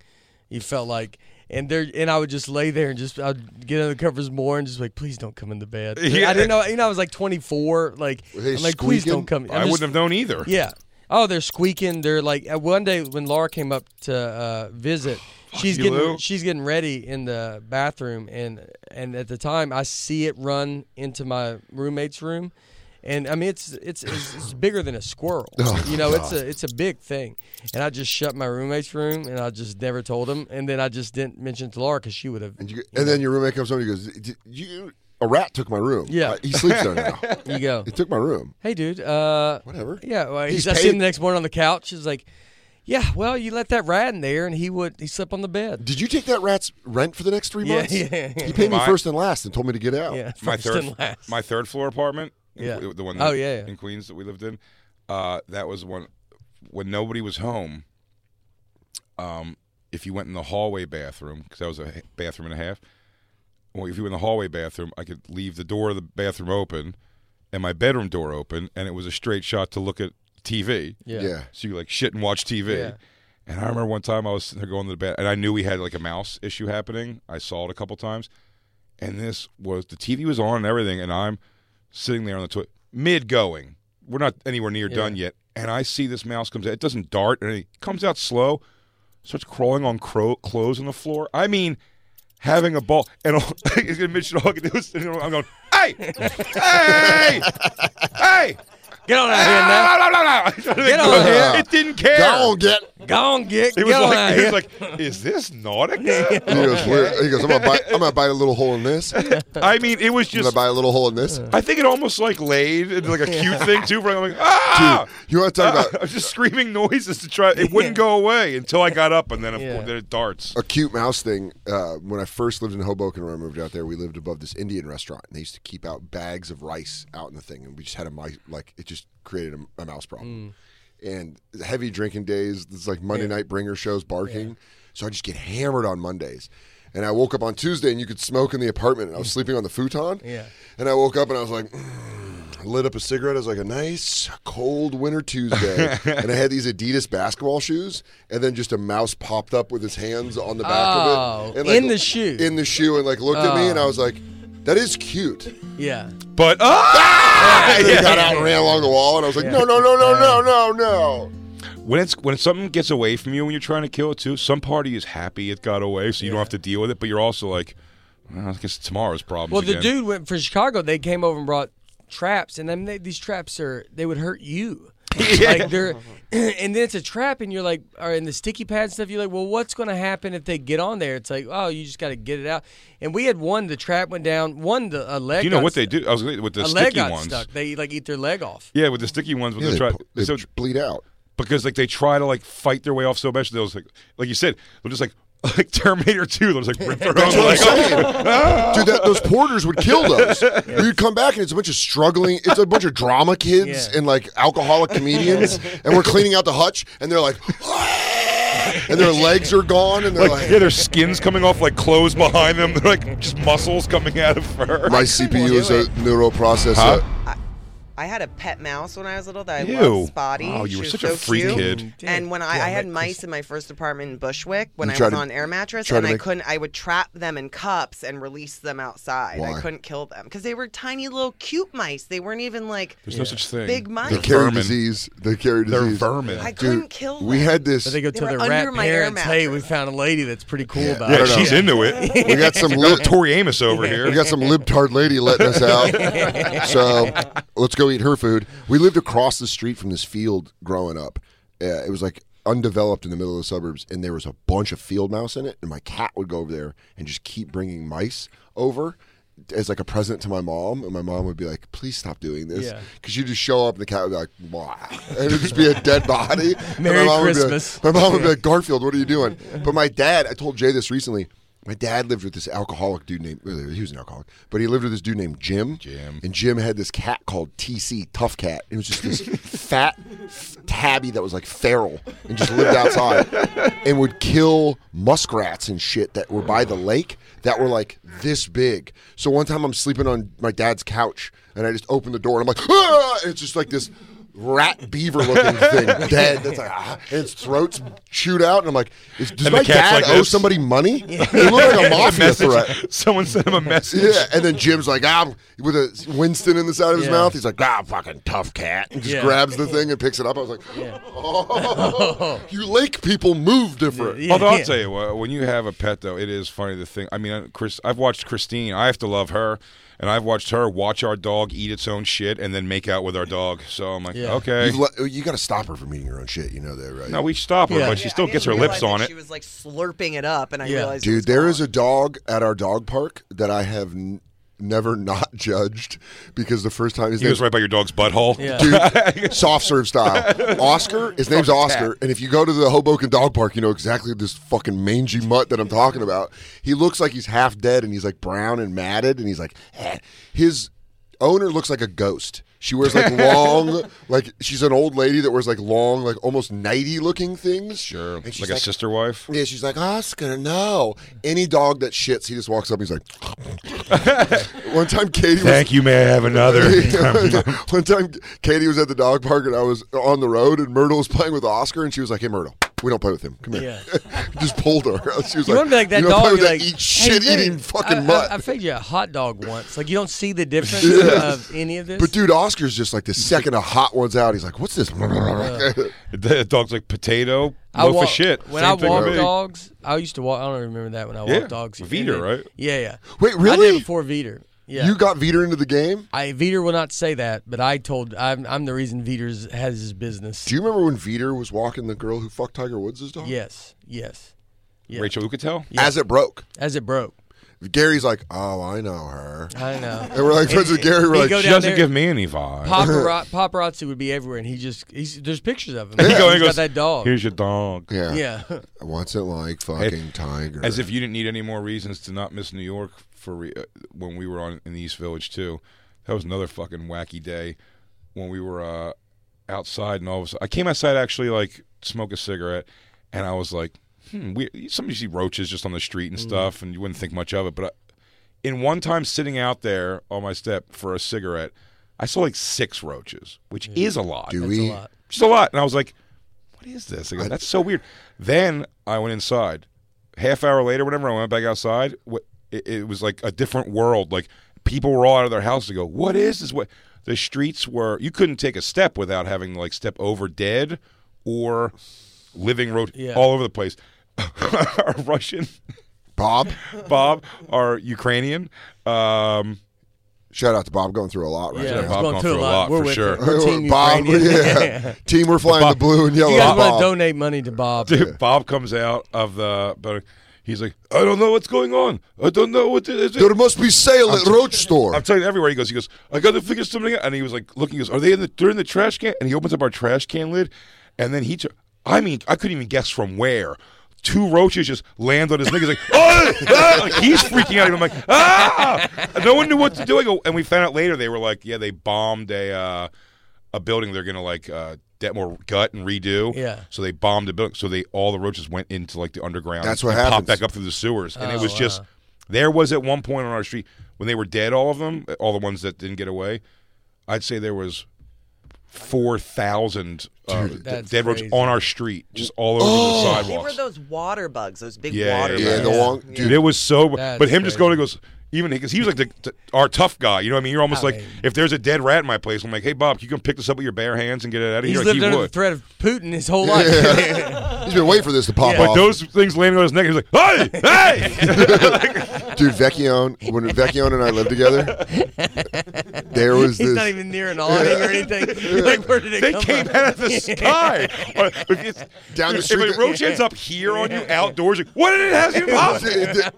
You felt like, and there, and I would just lay there and just I'd get under the covers more and just be like, please don't come (laughs) into bed. I didn't know, you know, I was like 24, like Were they I'm like please squeaking? don't come. I'm I just- wouldn't have known either. Yeah. Oh, they're squeaking. They're like uh, one day when Laura came up to uh, visit, she's you, getting Lou. she's getting ready in the bathroom, and and at the time I see it run into my roommate's room, and I mean it's it's it's, it's bigger than a squirrel. Oh, (laughs) you know, it's a it's a big thing, and I just shut my roommate's room, and I just never told him, and then I just didn't mention it to Laura because she would have. And, you, and then your roommate comes home and he goes, "Did you, a rat took my room. Yeah. Uh, he sleeps there (laughs) now. You go. He took my room. hey dude uh Whatever. yeah well, He's he's i see him paid- the next morning on the couch he's like yeah well you let that rat in there and he would he slept on the bed Did you take that rat's rent for the next three Yeah, months? yeah, yeah. He paid me My- first and last and told me to get out. yeah my (laughs) first third and last. my third floor apartment. in Yeah. Que- the one. Oh, that- yeah, yeah. in Queens that we lived in. Uh, that was one when nobody was home. Um, if you went in the hallway bathroom, because that was a h- bathroom and a half. Well, if you were in the hallway bathroom, I could leave the door of the bathroom open, and my bedroom door open, and it was a straight shot to look at TV. yeah. Yeah. So you like shit and watch TV. Yeah. And I remember one time I was sitting there going to the bed, and I knew we had like a mouse issue happening. I saw it a couple times, and this was the TV was on and everything, and I'm sitting there on the toilet mid going. We're not anywhere near done yet, and I see this mouse comes out. It doesn't dart, and it comes out slow, starts crawling on cro- clothes on the floor. I mean, having a ball, and all, (laughs) he's gonna mention all I can do is sit there, I'm going, hey, hey, hey. get on out of here now Ah, blah, blah, blah. Get on here. It didn't care. Go on, get. go on get, It get was on out like of it here. was like, is this (laughs) Nautica? He goes, "Where-" he goes, I'm gonna buy. I'm gonna buy a little hole in (laughs) this. I'm I mean, it was gonna just. buy a little hole in this. I think it almost like laid into like a cute thing too. Where I'm like, ah, You want to talk Ah! (laughs) about I was just screaming noises to try. It wouldn't go away until I got up, and then of Yeah. course then it darts. a cute mouse thing. Uh, when I first lived in Hoboken, when I moved out there, we lived above this Indian restaurant, and they used to keep out bags of rice out in the thing, and we just had a mice like it just created a, a mouse problem. And heavy drinking days, it's like Monday night bringer shows, barking. So I just get hammered on Mondays. And I woke up on Tuesday, and you could smoke in the apartment, and I was sleeping on the futon. Yeah. And I woke up, and I was like. I lit up a cigarette. It was like a nice cold winter (laughs) Tuesday, and I had these Adidas basketball shoes. And then just a mouse popped up with his hands on the back of it, Oh, and in the shoe. Oh. in the shoe, and like looked at me, and I was like, "That is cute." yeah But ah! And I got out and ran along the wall, and I was like, "No, no, no, no, no, no, no." when it's when something gets away from you when you're trying to kill it too, some party is happy it got away, so you don't have to deal with it. But you're also like, well, I guess tomorrow's problem. well the dude went for chicago they came over and brought traps and then they, these traps are they would (laughs) hurt you like they're (clears throat) and then it's a trap and you're like or in the sticky pad and stuff you're like well what's going to happen if they get on there it's like oh you just got to get it out and we had one the trap went down one the a leg Do you know got what they stuck. do? I was gonna- with the a leg sticky got ones. stuck they like eat their leg off Yeah, with the sticky ones. When Yeah, they they, try, pu- they so bleed out. because like they try to like fight their way off so much. They'll just, like like you said, they'll just like (laughs) like Terminator Two. They'll just like (laughs) rip their own That's what I'm leg off. saying. (laughs) Dude, that, those porters would kill (laughs) those. We'd come back and it's a bunch of struggling, it's a bunch of drama kids Yeah. and like alcoholic (laughs) comedians, and we're cleaning out the hutch, and they're like, (laughs) and their legs are gone, and they're Like, like, yeah, their skin's coming off like clothes behind them. (laughs) They're like just muscles coming out of fur. my CPU is a neural processor. Huh? I had a pet mouse when I was little that I Ew. loved Spotty. Wow, you She were was such so a free cute. kid. And when I, I Damn had it, mice in my first apartment in Bushwick when You I tried was to- on air mattress, tried and to I make- couldn't, I would trap them in cups and release them outside. Why? I couldn't kill them because they were tiny little cute mice. They weren't even like. There's no such thing. Big mice. They They're carry vermin. disease. They carry They're disease. vermin. I Yeah, couldn't kill them. We had this. But they go tell were their under rat my air parents, "Hey, we mattress." found a lady that's pretty cool about Yeah, it." she's into it. (laughs) we (laughs) got some Another lib- Tori Amos over we here. got some libtard lady letting us out. So let's go eat her food. We lived across the street from this field growing up. Uh, it was like undeveloped in the middle of the suburbs, and there was a bunch of field mouse in it. And my cat would go over there and just keep bringing mice over. as like a present to my mom, and my mom would be like, "Please stop doing this," Yeah. because you just show up and the cat would be like, "Wow," and it'd just be a dead body. And (laughs) my Merry mom would be like- Christmas. (laughs) my mom would be like, "Garfield, what are you (laughs) doing?" But my dad, I told Jay this recently. My dad lived with this alcoholic dude named. well, He was an alcoholic, but he lived with this dude named Jim. Jim. And Jim had this cat called TC, Tough Cat. It was just (laughs) this fat tabby that was like feral and just lived outside and would kill muskrats and shit that were by the lake that were like this big. So one time I'm sleeping on my dad's couch and I just open the door and I'm like, "Ah!" And it's just like this rat beaver (laughs) looking thing dead. That's like, ah, and its throat's chewed out. And I'm like, is, does And the my cat's dad like owe this. somebody (laughs) money? It looked like a mafia message. threat. (laughs) (laughs) Someone sent him a (laughs) message. Yeah, and then Jim's like, ah, with a Winston in the side of his Yeah. mouth. He's like, ah, fucking tough cat. And just Yeah. grabs the thing and picks it up. I was like, (laughs) oh, (laughs) you lake people move different. Yeah. Although I'll tell you what, when you have a pet though, it is funny the thing. I mean, I- Chris, I've watched Christine. I have to love her, and I've watched her watch our dog eat its own shit and then make out with our dog. So I'm like, Yeah. okay, You've let- you got to stop her from eating her own shit. You know that, right? no, we stop her, Yeah. but she Yeah, still I gets her didn't lips realize on that it. She was like slurping it up, and I Yeah. realized. Dude, there is a dog at our dog park that I have n- never (laughs) not judged because the first time his He name was right by your dog's butthole. Yeah. dude. soft serve style. Oscar, his name's Oscar, and if you go to the Hoboken Dog Park, you know exactly this fucking mangy mutt that I'm talking about. He looks like he's half dead, and he's like brown and matted, and he's like, eh. his owner looks like a ghost. She wears (laughs) like long, like she's an old lady that wears like long, like almost nighty looking things. (laughs) Sure, And she's like a sister wife. yeah, she's like, Oscar, no. Any dog that shits, he just walks up and he's (laughs) like, (laughs) One time Katie was you. May I have (laughs) another? (laughs) one time, Katie was at the dog park and I was on the road, and Myrtle was playing with Oscar, and she was like, "Hey, Myrtle, we don't play with him. Come here." (laughs) Just pulled her. She was like, You want to be like that "You don't dog? play with you're that like, eat "Hey, shit dude, eating fucking I, mutt." I, I fed you a hot dog once. Like you don't see (laughs) the difference of any of this. but dude, Oscar's just like the second a hot one's out, he's like, "What's this?" the dog's like potato, I loaf walk- of shit. When Same I thing with walk me. dogs, I used to walk. I don't remember that when I walked Yeah, dogs. with Veeder, And then- right? Yeah, yeah. Wait, I really? did before Veeder. (laughs) Yeah. You got Veter into the game. I Veeder will not say that, but I told I'm, I'm the reason Veeder's has his business. Do you remember when Veter was walking the girl who fucked Tiger Woods' dog? yes, yes. Yeah. Rachel Ucatel. As it broke, As it broke, Gary's like, "Oh, I know her," I know. and we're like friends with Gary. We're You like, go She down doesn't there- give me any vibe. Papara- paparazzi would be everywhere, and he just he's, there's pictures of him. (laughs) He go- he He's got goes, that dog. Here's your dog. yeah. (laughs) yeah, What's it like, fucking Tiger? As if you didn't need any more reasons to not miss New York for re- uh, when we were on in the East Village too. That was another fucking wacky day when we were uh, outside and all of a sudden I came outside actually like smoke a cigarette and I was like, hmm, we sometimes you see roaches just on the street and stuff and you wouldn't think much of it, but I, in one time sitting out there on my step for a cigarette, I saw like six roaches, which is a lot Do it's a we? lot. just a lot. And I was like, what is this? I go, that's so weird. Then I went inside. Half hour later, whenever I went back outside, what, it, it was like a different world. Like people were all out of their house to go, what is this? What the streets were? You couldn't take a step without having to like step over dead or living road Yeah. all over the place. (laughs) our Russian (laughs) Bob? Bob, our Ukrainian. Um, (laughs) Shout out to Bob going through a lot right yeah. Yeah, it's Bob gone going through a lot. for We're with sure. it. We're team (laughs) Bob, Ukrainian. (laughs) yeah. Team, we're flying Bob- the blue and yellow. You guys want Bob. to donate money to Bob? Dude, Bob comes out of the, but he's like, I don't know what's going on. I don't know what it is. There must be sale at Roach Store. I'm telling you, everywhere he goes, he goes, I got to figure something out. And he was like, looking, he goes, Are they in the, they're in the trash can? And he opens up our trash can lid. And then he, t- I mean, I couldn't even guess from where. Two roaches just land on his neck. He's like, oh, (laughs) ah!" Like, he's freaking out. And I'm like, ah! No one knew what to do. I go, and we found out later they were like, yeah, they bombed a uh, a building. They're gonna like uh, de- more gut and redo. Yeah. So they bombed a building. So they all the roaches went into like the underground. That's what Um, and Popped happens. back up through the sewers, and it Oh, was just wow. there was at one point on our street when they were dead, all of them, all the ones that didn't get away. I'd say there was four thousand uh, d- dead That's roaches crazy. on our street, just all over Oh! the They were sidewalks. those water bugs, those big Yeah, water yeah, bugs. the long dude. Dude, it was so. That's but him just crazy. going and goes. Even because he was like the, the- our tough guy, you know what I mean? You're almost I like mean- if there's a dead rat in my place, I'm like, hey Bob, you can pick this up with your bare hands and get it out of He's here. lived like, he under would. the threat of Putin his whole life. (laughs) He's been waiting for this to pop But off. those things landing on his neck, he's like, hey, (laughs) hey! (laughs) dude, Vecchione, when Vecchione and I lived together, there was He's this. (laughs) (laughs) not even near an awning or anything. (laughs) Like, where did it they come came from? (laughs) out of the sky. Or if it's- Down the if street- (laughs) a roach ends up here on you outdoors, like, what did it have in (laughs)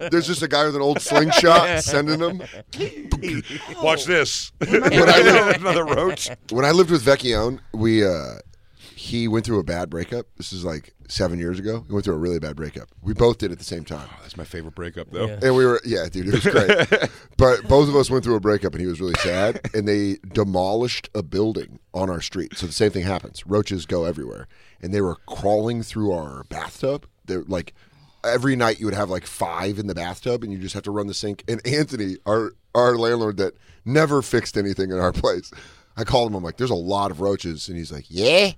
(laughs) your There's just a guy with an old slingshot sending them. Watch this. (laughs) When I lived- Another roach. when I lived with Vecchione, we uh, he went through a bad breakup. This is like seven years ago. He went through a really bad breakup. We both did at the same time, That's my favorite breakup, though. and we were yeah, dude, it was great. but both of us went through a breakup, and he was really sad. And they demolished a building on our street, so the same thing happens. Roaches go everywhere, and they were crawling through our bathtub. They're like. Every night you would have like five in the bathtub, and you just have to run the sink. And Anthony, our our landlord that never fixed anything in our place, I called him. I'm like, "There's a lot of roaches," and he's like, "Yeah,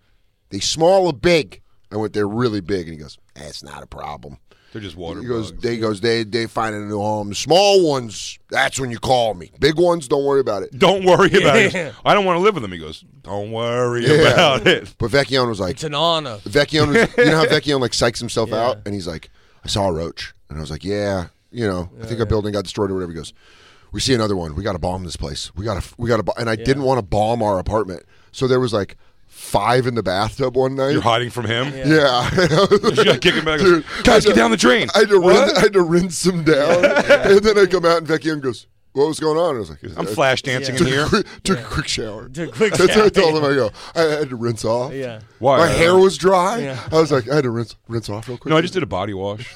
they small or big?" I went, "They're really big," and he goes, "That's not a problem." They're just water He goes, bugs. "They he goes, they they find a new home. Small ones, that's when you call me. Big ones, don't worry about it." Don't worry about it. I don't want to live with him. He goes, don't worry about it. But Vecchione was (laughs) like, It's an honor. Vecchione, was, you know how Vecchione like psychs himself out, and he's like, "I saw a roach," and I was like, "Yeah, you know, I think our building got destroyed or whatever." He goes, "We see another one. We got to bomb this place. We got to, we got to." And I didn't want to bomb our apartment, so there was like five in the bathtub one night. You're hiding from him. (laughs) yeah, You gotta kick him back. Dude, Guys, I get know- down the drain. I had to rinse, I had to rinse them (laughs) down, and then I come out and Vecchione goes, "What was going on?" And I was like, I'm "I flash dancing in Took, (laughs) here. a quick, took a quick shower. Took a quick That's shower. what I told him. I go, I had to rinse off. Yeah. Why? My hair was dry. I was like, I had to rinse rinse off real quick. No, I just did a (laughs) body wash.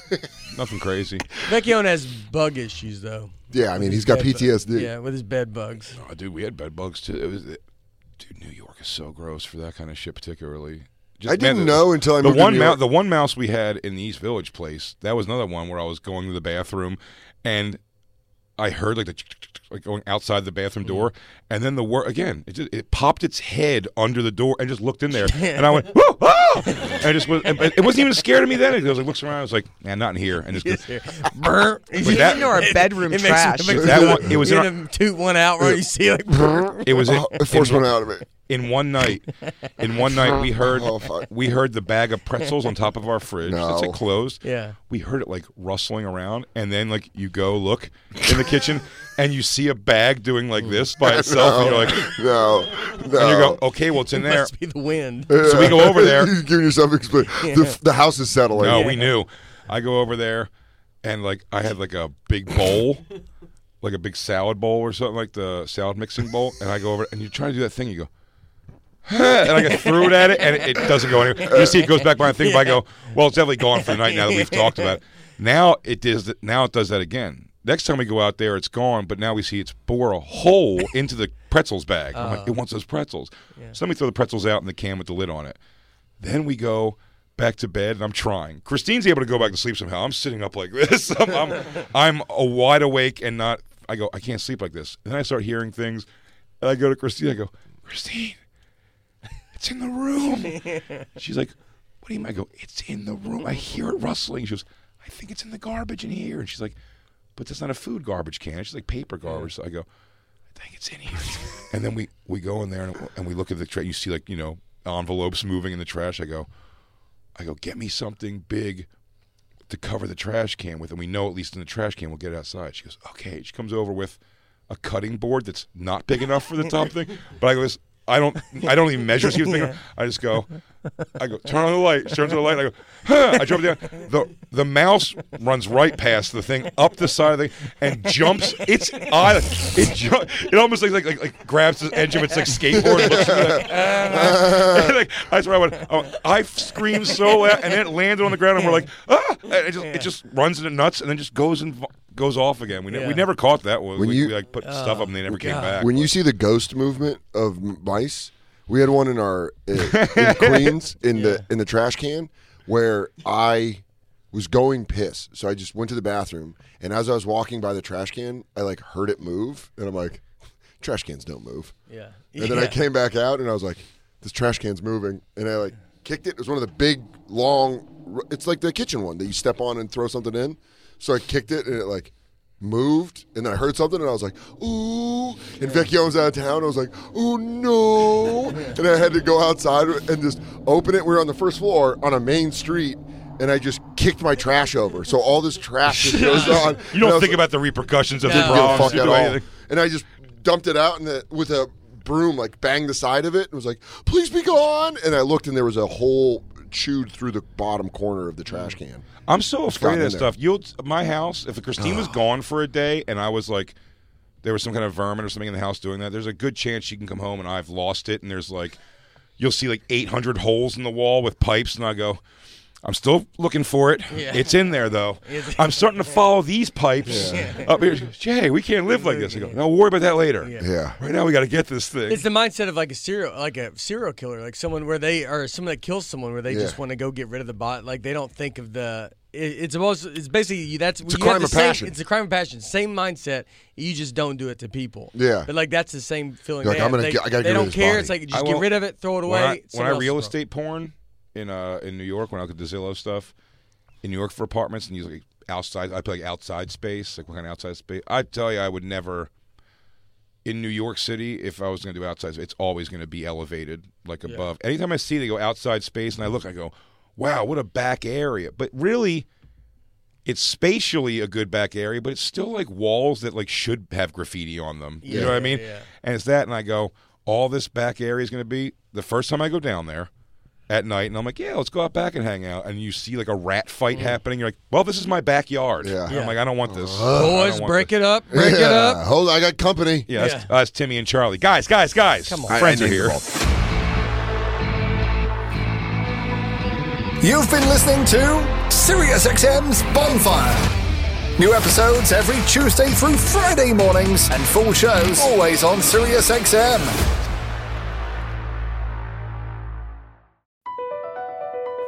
Nothing crazy. Vecchione has bug issues though. Yeah, I mean, he's got Bed bug- PTSD. Yeah, with his bed bugs. Oh, dude, we had bed bugs too. It was, it- dude, New York is so gross for that kind of shit, particularly. Just- I didn't the- know until I the moved to one New mou- York. the one mouse we had in the East Village place. That was another one where I was going to the bathroom, and I heard like the tsk, tsk, tsk, like going outside the bathroom door, Mm-hmm. and then the word again. It, just, it popped its head under the door and just looked in there, and I went, "Whoa!" whoa!" And I just was. and It wasn't even scared of me then. It was like looks around. I was like, "Man, not in here," and just. goes, Burr. But (laughs) that- into our (laughs) bedroom it trash. Makes, it makes That you- one- it was you in our- know, toot one out where you see like (laughs) brr. (laughs) It was Oh, in- forced in- one out of it. (laughs) in one night. In one night, we heard Oh, fuck. we heard the bag of pretzels on top of our fridge. That's No. like closed. Yeah. we heard it like rustling around, and then like you go look in the kitchen, and you see a bag doing like (laughs) this by itself, and you're like, No, no. and you go, okay, well it's in there. must be the wind. So we go (laughs) over there. You're giving yourself explain. The, the house is settling. No, we knew. I go over there, and like I had like a big bowl, like a big salad bowl or something, like the salad mixing bowl. And I go over, and you try to do that thing. You go, (laughs) and I get threw it at it, and it, it doesn't go anywhere. You see, it goes back by the thing. But I go, well, it's definitely gone for the night. Now that we've talked about it, now it does. th- Now it does that again. Next time we go out there, it's gone. But now we see it's bore a hole into the pretzels bag. I'm like, it wants those pretzels. So let me throw the pretzels out in the can with the lid on it. Then we go back to bed, and I'm trying. Christine's able to go back to sleep somehow. I'm sitting up like (laughs) this. I'm, I'm, I'm a wide awake and not. I go, I can't sleep like this. And then I start hearing things, and I go to Christine. I go, Christine, it's in the room. She's like, What do you mean? I go, It's in the room. I hear it rustling. She goes, I think it's in the garbage in here. And she's like, But that's not a food garbage can. It's like paper garbage. So I go, I think it's in here. (laughs) and then we, we go in there and, and we look at the trash. You see, like, you know, envelopes moving in the trash. I go, I go, Get me something big to cover the trash can with. And we know at least in the trash can, we'll get it outside. She goes, Okay. She comes over with a cutting board that's not big enough for the top (laughs) thing. But I goes, I don't, I don't even measure. She was thinking. I just go, I go, turn on the light, turn on the light. I go, huh. I jump down. The the mouse runs right past the thing, up the side of the thing, and jumps. It's eye, it ju- it almost like like, like like grabs the edge of its like skateboard. And looks at me like, ah. And, (laughs) like, I swear I went. I, went, I screamed so loud, and then it landed on the ground, and we're like, ah! And it just it just runs into nuts, and then just goes and v- goes off again. We, ne- we Yeah. never caught that one. When we, you- we, like put stuff up, and they never came back. When you see the ghost movement of m- mice, we had one in our uh, in Queens in the in the trash can where I was going piss, so I just went to the bathroom, and as I was walking by the trash can, I like heard it move, and I'm like, trash cans don't move. Yeah. And then I came back out, and I was like, this trash can's moving, and I like kicked it. It was one of the big long. r- It's like the kitchen one that you step on and throw something in. So I kicked it, and it like. Moved and then I heard something and I was like, ooh. And Vecchio was out of town. I was like, oh no. And I had to go outside and just open it. We were on the first floor on a main street and I just kicked my trash over. So all this trash (laughs) just goes on. You And I don't was think like, about the repercussions of No. the didn't give a problems. fuck You at do all. anything. And I just dumped it out in the, with a broom, like banged the side of it, and was like, "Please be gone!" And I looked, and there was a hole chewed through the bottom corner of the trash Mm. can. I'm so afraid gotten of that in there. stuff. You'll my house if Christine was gone for a day and I was like there was some kind of vermin or something in the house doing that. There's a good chance she can come home and I've lost it and there's like you'll see like 800 holes in the wall with pipes and I go I'm still looking for it. Yeah. It's in there (laughs) though. I'm starting to follow these pipes up here. Jay, we can't live like this. I go, no, we'll worry about that later. Yeah. Right now, we got to get this thing. It's the mindset of like a serial, like a serial killer, like someone where they or someone that kills someone where they Yeah. just want to go get rid of the bot. Like they don't think of the. It, it's almost. It's basically you- that's a you have crime the of same- passion. It's a crime of passion. Same mindset. You just don't do it to people. Yeah. But like that's the same feeling. You're like, they I'm have. gonna They- get- I gotta get They rid of don't this care. body. It's like I just get won't- rid of it, throw it away. when I, when I someone else real will. estate porn in uh in New York, when I look at the Zillow stuff in New York for apartments, and you like outside, I play like outside space, like what kind of outside space? I tell you, I would never in New York City if I was going to do outside. space, It's always going to be elevated, like above. Anytime I see they go outside space, and I look, I go, wow, what a back area. But really. It's spatially a good back area, but it's still like walls that like should have graffiti on them. you know what I mean? yeah. And it's that, and I go, all this back area is going to be the first time I go down there at night, and I'm like, yeah, let's go out back and hang out. And you see like a rat fight happening. You're like, well, this is my backyard. Yeah. And I'm like, I don't want this. Mm. Boys, break it up. Break it Yeah. up. Hold on, I got company. Yeah, that's, uh, that's Timmy and Charlie. Guys, guys, guys. Come on. Friends are here. You've been listening to SiriusXM's Bonfire. New episodes every Tuesday through Friday mornings, and full shows always on SiriusXM.